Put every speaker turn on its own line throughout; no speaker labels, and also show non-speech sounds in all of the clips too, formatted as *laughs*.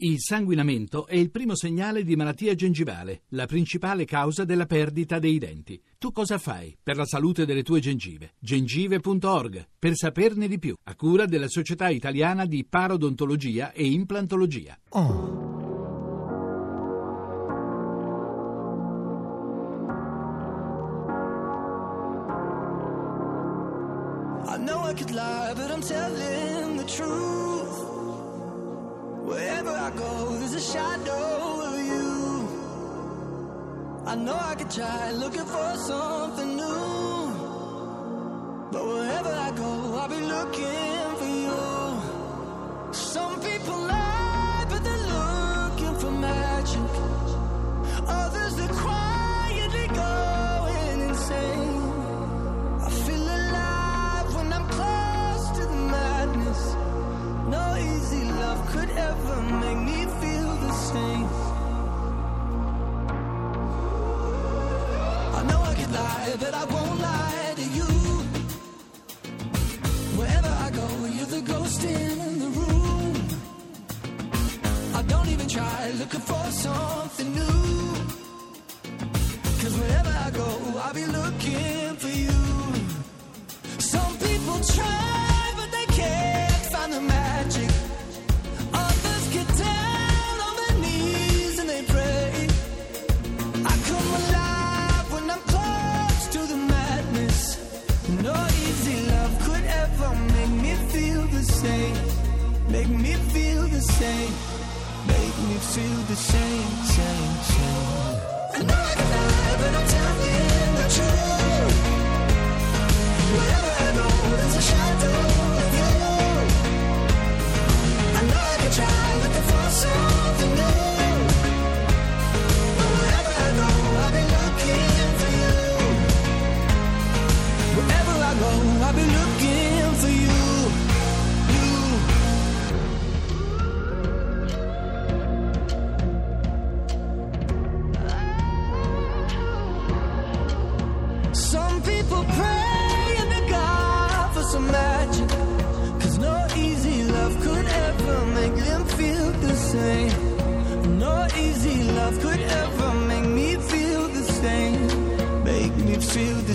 Il sanguinamento è il primo segnale di malattia gengivale, la principale causa della perdita dei denti. Tu cosa fai per la salute delle tue gengive? gengive.org per saperne di più, a cura della Società Italiana di Parodontologia e Implantologia.
Oh.
I know I could lie, but I'm telling the truth. Wherever I go, there's a shadow of you. I know I could try looking for something new. But wherever I go, I'll be looking for you. Some people lie, but they're looking for magic. Others, they're quietly going insane. I feel alive when I'm close to the madness. No easy love could ever make me feel the same. I know I could lie, but I won't lie to you. Wherever I go, you're the ghost in the room. I don't even try looking for something new. Cause wherever I go, I'll be looking for you. Some people try, but they can't find the magic. Others get down on their knees and they pray. I come alive when I'm close to the madness. No easy love could ever make me feel the same. Make me feel the same. Make me feel the same, same, same. I know I can lie, but I'm telling the truth. Wherever I go, there's a shadow of you. I know I can try looking for something new. But wherever I go, I'll be looking for you. Wherever I go, I'll be looking for you. You. Some people pray in the God for some magic. Cause no easy love could ever make them feel the same. No easy love could ever make me feel the same. Make me feel the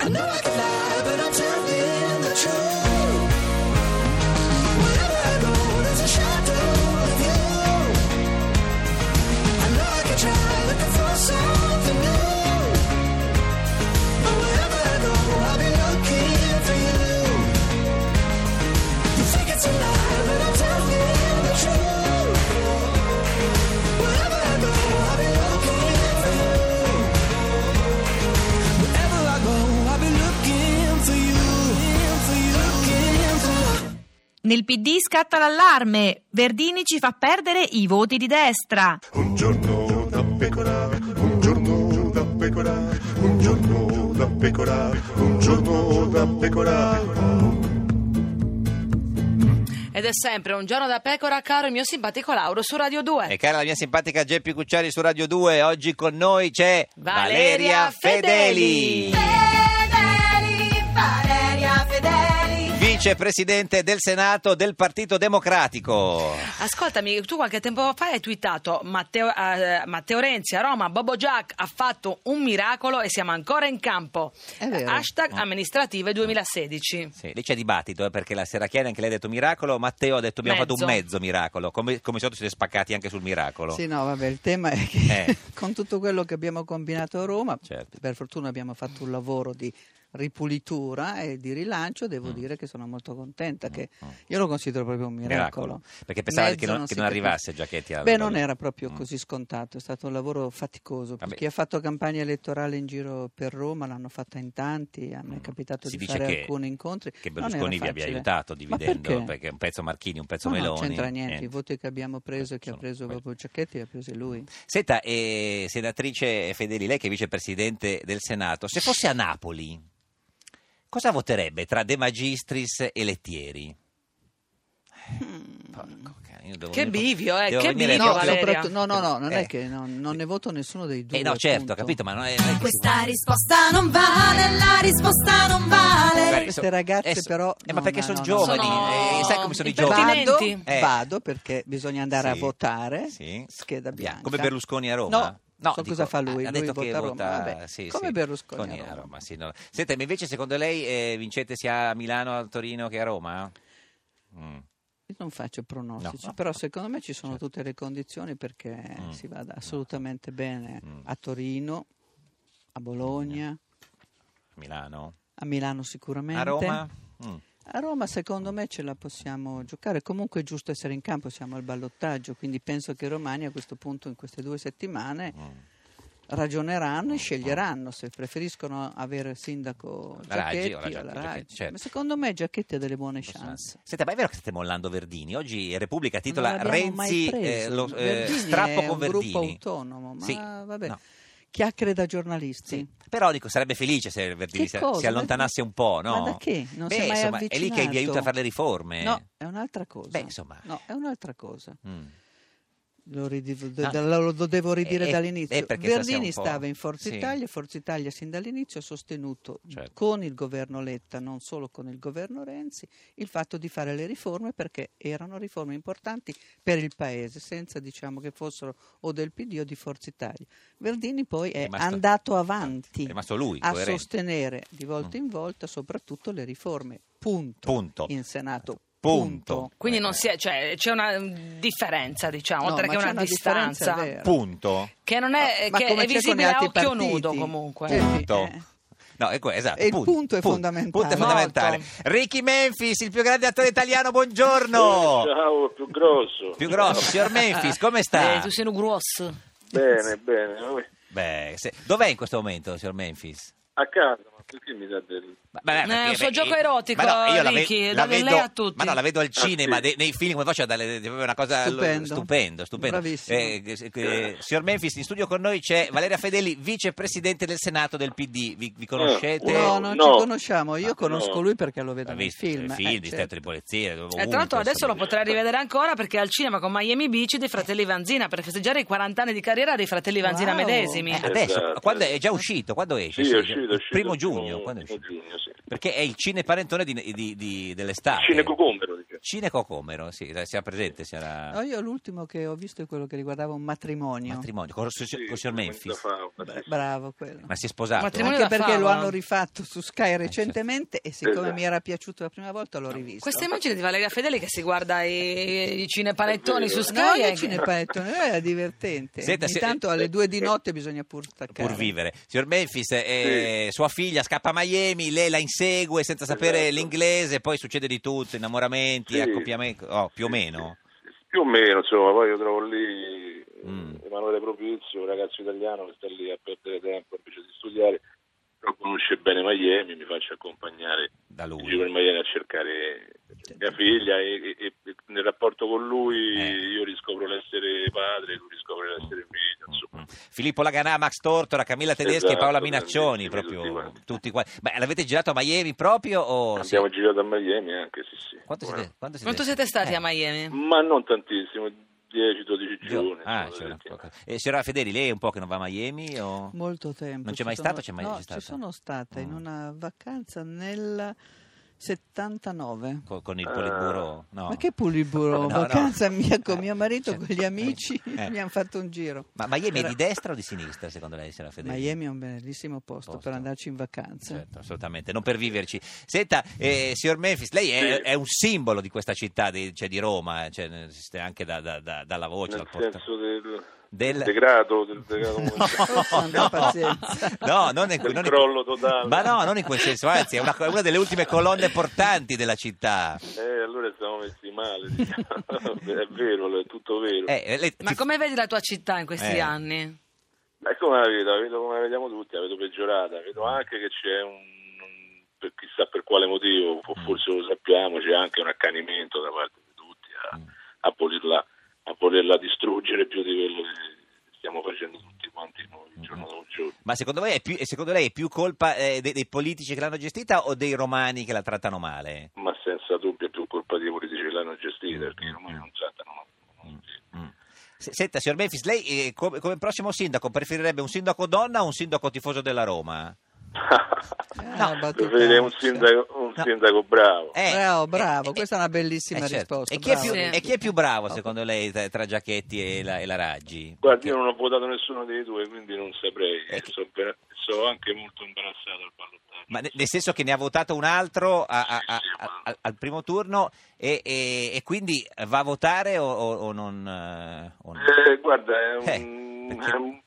I know I can lie, but I'm telling the truth. Wherever I go, there's a shadow of you. I know I could try looking for something new. But wherever I go, I'll be looking for you. You think it's a lie, but I'm telling you the truth. Wherever I go, I'll be looking for you. Wherever I go, I'll be looking for you, for you, looking for you.
Nel PD scatta l'allarme, Verdini ci fa perdere i voti di destra.
Un giorno da pecora, un giorno da pecora, un giorno da pecora, un giorno da pecora.
Ed è sempre un giorno da pecora, caro il mio simpatico Lauro su Radio 2.
E cara la mia simpatica Geppi Cucciari su Radio 2, oggi con noi c'è
Valeria Fedeli.
Fedeli, Valeria Fedeli.
vicepresidente del Senato del Partito Democratico.
Ascoltami, tu qualche tempo fa hai twittato Matteo, eh, Matteo Renzi a Roma, Bobo Jack ha fatto un miracolo e siamo ancora in campo.
È vero.
Hashtag amministrative 2016.
Sì, lì c'è dibattito eh, perché la Serracchiani anche lei ha detto miracolo, Matteo ha detto abbiamo
Mezzo.
fatto un mezzo miracolo, come, come solito siete spaccati anche sul miracolo.
Sì, no, vabbè, il tema è che
Certo. Eh.
*laughs* con tutto quello che abbiamo combinato a Roma,
Certo.
per fortuna abbiamo fatto un lavoro di ripulitura e di rilancio, devo
Mm.
dire che sono molto contenta, che io lo considero proprio un miracolo.
Miracolo. Perché pensavate
Mezzo
che non- che
si
non
capisce.
arrivasse Giachetti alla-
Beh, non
alla-
era proprio
Mm.
così scontato, è stato un lavoro faticoso,
Vabbè.
perché ha fatto campagna elettorale in giro per Roma, l'hanno fatta in tanti, a me è capitato
Mm. si
di
dice
fare
che,
alcuni incontri.
che
Non era
Berlusconi vi abbia
facile.
aiutato
Ma
dividendo
perché?
perché? un pezzo Marchini, un pezzo
No,
Meloni.
No, c'entra niente. I
niente. Mm.
voti che abbiamo preso e che ha
Sono
preso
quelli.
Bobo Giacchetti li ha presi lui.
Senta, eh, senatrice Fedeli, lei che è vicepresidente del Senato, se fosse a Napoli, cosa voterebbe tra De Magistris e Lettieri? Porco cane, io devo
Hmm. Che
venire-
bivio, eh,
devo
che bivio,
venire
No,
proprio-
Valeria.
soprattutto- no, no, no, non
Eh.
è che no, non ne voto nessuno dei due.
Eh no, certo, ho
appunto.
capito, ma non è... non è che si-
Questa risposta non vale, la risposta non vale.
Guardi,
Queste
so-
ragazze
eh, so-
però-
Eh, ma
no,
perché
ma
sono
no, no,
giovani,
no.
eh, sai come sono i
Sono
giovani?
Vado,
Pertinenti?
Eh.
vado perché bisogna andare
Sì.
a votare.
Sì.
Scheda bianca.
Come Berlusconi a Roma?
No, so
dico,
cosa fa lui.
Ha
lui
detto
vota
che
a Roma.
vota-
Vabbè,
sì,
come
sì,
Berlusconi.
Berlusconi
a Roma.
sì, no. Senta, ma invece secondo lei eh, vincente sia a Milano, a Torino che a Roma? Mm.
Io non faccio pronostici,
No.
però secondo me ci sono
Certo.
tutte le condizioni perché
Mm.
si vada assolutamente bene
Mm.
a Torino, a Bologna,
Milano?
a Milano sicuramente.
A Roma? Mm.
A Roma, secondo me ce la possiamo giocare, comunque è giusto essere in campo, siamo al ballottaggio, quindi penso che i romani a questo punto in queste due settimane
Mm.
ragioneranno e sceglieranno se preferiscono avere il sindaco
La Raggi o
Giacchetti
la
o
Gia-
la,
Giacchetti,
Raggi.
certo.
Ma secondo me Giacchetti ha delle buone chance.
Senta, ma è vero che state mollando Verdini? Oggi Repubblica titola
Non l'abbiamo mai
Renzi
preso.
eh, lo, eh,
Verdini
strappo
è
con
un
Verdini.
gruppo autonomo, ma
Sì,
vabbè.
no.
Chiacchiere da giornalisti.
Sì. Però dico, sarebbe felice se Verdini
Che
si,
cosa?
si allontanasse un po', no?
Ma da che? Non
Beh,
si è mai
insomma, è lì che vi
avvicinato.
aiuta a fare le riforme.
No, è un'altra cosa.
Beh, insomma.
No, è un'altra cosa.
Mm.
Lo, ridiv-
No.
da- lo- lo devo ridire
Eh,
dall'inizio.
eh, perché
Verdini
sta- sia un po'-
stava in Forza
sì.
Italia, Forza Italia sin dall'inizio ha sostenuto
Certo.
con il governo Letta, non solo con il governo Renzi, il fatto di fare le riforme perché erano riforme importanti per il paese, senza diciamo che fossero o del PD o di Forza Italia. Verdini poi è,
È rimasto-
andato avanti
È rimasto lui,
a
coerente. Mm.
sostenere di volta in volta soprattutto le riforme. Punto.
Punto.
In Senato.
Punto.
Quindi non si è- cioè, c'è una differenza, diciamo,
No,
oltre
ma
che
c'è
una,
una differenza,
distanza.
è vero.
Punto.
Che non è,
Ma
che
come
è
c'è con
visibile
gli
a
altri
occhio
partiti.
nudo comunque.
Sì, sì,
Punto.
eh.
No, ecco, esatto.
E il punto è fondamentale.
punto è fondamentale. Ricky Memphis, il più grande attore italiano, buongiorno.
Ciao, più grosso.
Più grosso,
*laughs*
signor Memphis, come
Eh,
sta?
tu sei un grosso.
Bene, bene. Noi-
Beh, se- dov'è in questo momento, signor Memphis?
A casa, ma perché mi dà del...
Ma- ma-
Eh,
perché-
un suo
beh,
gioco
eh,
erotico,
ma io la ve-
Ricky,
la
dalle
vedo-
lei a tutti.
Ma no, la vedo al cinema,
sì.
dei- nei film, come faccio dalle- è una cosa
Stupendo.
stupendo, stupendo.
Bravissimo.
eh, eh, signor Memphis, in studio con noi c'è Valeria Fedeli, vicepresidente del Senato del PD. Vi, vi conoscete?
Eh,
No,
wow.
non
No.
ci conosciamo. Io
Ah,
conosco
no.
lui perché lo vedo
Ha
nei
visto
film.
i
eh,
film, di
certo.
Stato di Polizia.
Eh, tra l'altro adesso lo potrai rivedere ancora perché è al cinema con Miami Beach dei fratelli Vanzina per festeggiare i 40 anni di carriera dei fratelli Vanzina
Wow.
medesimi.
Eh, adesso,
Esatto.
quando è già uscito? Quando esce?
Sì, è
Sì,
uscito, è uscito.
Primo
il
giugno, quando è
primo
uscito?
giugno, sì.
Perché è il cineparentone di, di, di- dell'estate.
Cinecocombero, dice.
Cinecocomero, sì, dai, sia presente, signora...
No, io l'ultimo che ho visto è quello che riguardava un matrimonio.
Matrimonio, con, con
Sì,
signor Memphis.
fa-
Bra- bravo quello.
Ma Eh, si è sposato?
Matrimonio-
Anche
da
perché lo
favola.
hanno rifatto su Sky recentemente e siccome mi era piaciuto la prima volta l'ho rivisto.
Questa immagine di Valeria Fedeli che si guarda i, i cinepanettoni
È vero.
su
No,
Sky.
io
è-
cinepanettone, era eh, divertente.
Senta, se-
Intanto alle due
Eh,
di notte bisogna pur staccare.
Eh, Pur vivere. Signor Memphis, eh, sua figlia scappa a Miami, lei la insegue senza sapere
Esatto.
l'inglese, poi succede di tutto, innamoramenti,
Sì.
accoppiamenti, oh, più o meno.
Più o meno, insomma, poi io trovo lì
Mm.
Emanuele Propizio, un ragazzo italiano che sta lì a perdere tempo invece di studiare, però conosce bene Miami, mi faccio accompagnare
Da
in
lui.
giro per Miami a cercare mia figlia e, e- e nel rapporto con lui
Eh.
io riscopro l'essere padre, lui riscopre l'essere figlio,
Mm.
insomma.
Filippo Laganà, Max Tortora, Camilla Tedeschi e
Esatto,
Paola Minaccioni,
grandissimi,
proprio
tutti
tutti,
quanti.
quanti. Ma l'avete girato a Miami proprio? O sì?
Abbiamo girato a Miami anche, sì, sì.
Quanto
Buona-
siete, quanto siete,
Quanto siete stati
eh,
a Miami?
Ma non tantissimo, 10-12
Gio-
giorni.
Ah, c'era
insomma, delle settimane.
poco. Eh, signora Fedeli, lei è un po' che non va a Miami? O...
Molto tempo.
Non c'è mai
Ci sono-
stato, c'è mai
no,
c'è stata?
ci sono stata in
Mm.
una vacanza nel 79.
Co- con
Eh,
il Politburo? No.
Ma che puliburo,
*laughs* No, no.
vacanza mia con
Eh,
mio marito,
cioè,
con
*laughs*
gli amici,
eh.
abbiamo fatto un giro.
Ma Miami è
Era-
di destra o di sinistra, secondo lei, signora Fedeli?
Miami è un bellissimo posto,
Posto.
per andarci in vacanza.
Certo, assolutamente, non per viverci. Senta, eh, signor Memphis, lei è,
Sì.
è un simbolo di questa città, di, cioè di Roma, eh, cioè, eh, anche da- da- da- dalla voce,
Nel
dal porta-
senso del,
Del- *laughs*
degrado, del degrado
No,
Santa pazienza.
no, non in,
Del
non in-
crollo totale.
Ma no, non in quel senso, anzi, è una, co- una delle ultime colonne portanti della città.
Eh, allora siamo messi male,
*laughs*
diciamo. è vero, è tutto vero.
Eh, lei-
Ma
ti-
come vedi la tua città in questi
Eh.
anni?
Ma è come la vedo, la vedo come la vediamo tutti, la vedo peggiorata, vedo anche che c'è un, un- per chissà per quale motivo, fo- forse lo sappiamo, c'è anche un accanimento da parte di tutti a, a volerla, a volerla distruggere più di quello che stiamo facendo tutti quanti noi giorno dopo giorno.
ma secondo, voi è più, e secondo lei è più colpa eh, dei, dei politici che l'hanno gestita o dei romani che la trattano male?
Ma senza dubbio è più colpa dei politici che l'hanno gestita. partita, perché i romani non trattano. non si-
Mm. Se- Senta, signor Memphis, lei eh, come, come prossimo sindaco preferirebbe un sindaco donna o un sindaco tifoso della Roma?
Ah, battuta
Preferirei un
ansia.
sindaco, un
No.
sindaco bravo.
Eh,
Bravo, bravo,
eh,
questa è una bellissima
eh, certo.
risposta.
E chi, è più,
bravo.
Sì.
e chi è più bravo secondo lei tra, tra Giacchetti e la, e la Raggi?
Guardi,
Perché-
io non ho votato nessuno dei due, quindi non saprei.
Eh,
Eh,
che-
sono, vera- sono anche molto imbarazzato al ballottaggio.
Ma ne- nel senso che ne ha votato un altro a- a- a-
Sì, sì, ma-
a- al primo turno e, e- e quindi va a votare o, o- o non? eh, o no?
Eh, guarda, è un,
Eh, perché-
è un-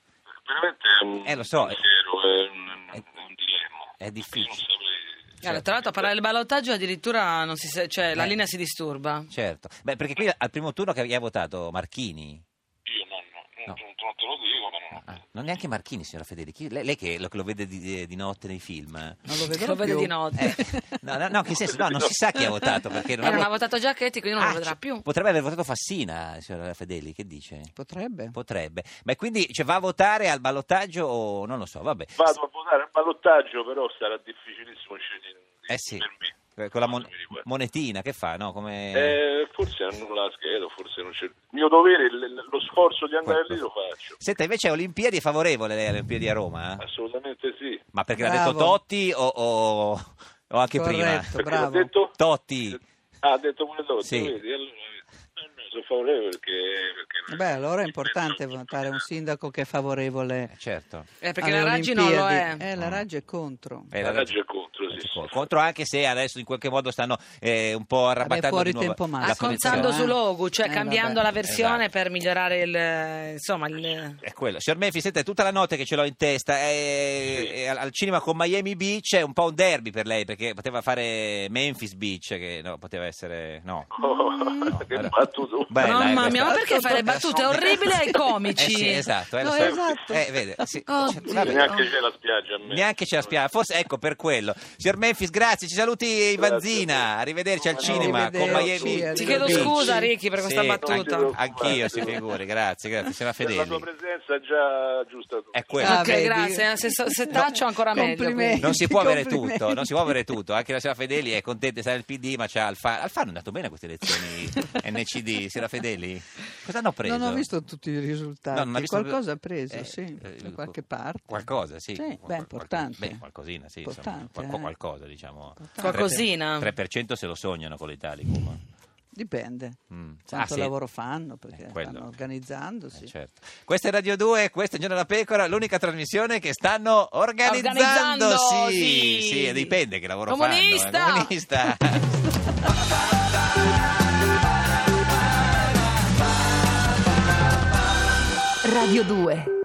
veramente è un,
Eh, lo so,
pensiero, è un,
è-
è un dilemma.
è difficile.
Io non saprei-
Guarda, tra l'altro a parlare del ballottaggio addirittura non si sa- cioè, la
certo. Eh.
linea si disturba.
Certo, Beh, perché qui al primo turno che ha votato Marchini.
Io no, no,
No.
non, non- non te lo dico, ma non
Ah, non neanche Marchini, signora Federici. Lei, lei che, lo, che lo vede di, di notte nei film.
Non lo vedo
Lo vede
più.
di notte.
No, no, no, che senso? No, non si sa chi ha votato perché non
Eh,
ha
non ha
vot-
votato Giacchetti, quindi non
Ah,
lo vedrà
cioè,
più.
Potrebbe aver votato Fassina, signora Fedeli, che dice?
Potrebbe.
Potrebbe. Ma quindi cioè, va a votare al ballottaggio o non lo so, vabbè.
Vado a votare al ballottaggio, però sarà difficilissimo scegliere
Eh sì,
per me.
eh, con la mon-
Non mi riguarda.
monetina che fa, no? Come...
Eh, forse annulla la scheda, forse non c'è. Il mio dovere, l- lo sforzo di andare
Quello.
lì lo faccio.
Senta, invece Olimpiadi è favorevole lei alle Olimpiadi a Roma? eh?
Assolutamente sì.
Ma perché l'ha
Bravo.
detto Totti o, o- o anche
Corretto,
prima?
Perché l'ha
*laughs*
bravo.
detto?
Totti.
Ah, ha detto pure Totti,
Sì.
vedi? Allora, eh, no, sono favorevole perché... perché
Beh, allora è importante votare un sindaco che è favorevole.
Eh, certo.
Eh, perché
alle
la Raggi non lo è.
Olimpiadi. Eh, la Raggi è contro.
Eh,
La
ragione-
Raggi è contro, sì,
Raggi
sì,
contro.
sì.
Contro anche se adesso in qualche modo stanno eh, un po' arrabattando
fuori
di nuovo
tempo massimo.
la
Accontando
condizione.
su Logu, cioè
Eh,
cambiando
vabbè.
la versione
esatto.
per migliorare il insomma il
Eh, È quello. Signor Menfi, senta, è tutta la notte che ce l'ho in testa. eh,
Sì.
eh, al, al cinema con Miami Beach è un po' un derby per lei, perché poteva fare Memphis Beach, che no, poteva essere... No.
*laughs* Oh, che
Allora-
battuto.
Beh, dai,
Mamma
questa-
mia, ma perché fai le
*laughs*
battute orribili ai comici?
Eh sì, esatto. eh, lo
No,
so.
esatto.
Eh, vede, sì,
Oh,
cioè,
Dio.
vabbè,
Neanche c'è la spiaggia a me.
Neanche ce la spiava, forse ecco per quello. Signor Memphis, grazie, ci saluti Vanzina, arrivederci al
No,
cinema con
arrivederci,
Miami.
arrivederci.
Ti chiedo
Beach.
scusa Ricky per questa
Sì,
battuta.
anche-
Anch'io, si figuri, grazie, grazie, siamo
Per la tua
fedeli.
presenza è già giusta.
È quello.
Ah,
ok,
vedi?
grazie. Se, so- se taccio ancora meglio.
Complimenti.
Non si può avere
Complimenti.
tutto, non si può avere tutto. Anche la signora Fedeli è contenta di stare nel PD, ma c'è Alfano. Alfano è andato bene a queste
*laughs*
elezioni NCD, signora Fedeli? Cosa hanno preso?
Non ho visto tutti i risultati.
No, non ha visto-
Qualcosa ha preso,
Eh,
sì,
eh,
da qualche parte.
Qualcosa, sì.
Sì,
Qual-
beh,
qual-
importante.
beh, qualcosina, sì. insomma,
Importante,
qual-
eh.
Qualcosa, diciamo.
Qualcosina.
3% se lo sognano con
Mm,
l'Italicum.
Dipende.
Mm. Ah,
Quanto
sì.
lavoro fanno, perché
Eh, quello.
stanno
Eh,
organizzandosi.
certo. Questa è Radio 2, questa è Giorno della Pecora, l'unica trasmissione che stanno organizzando.
Organizzando,
Sì,
sì.
sì, dipende che lavoro
Comunista!
fanno. eh, Comunista!
*laughs*
Radio 2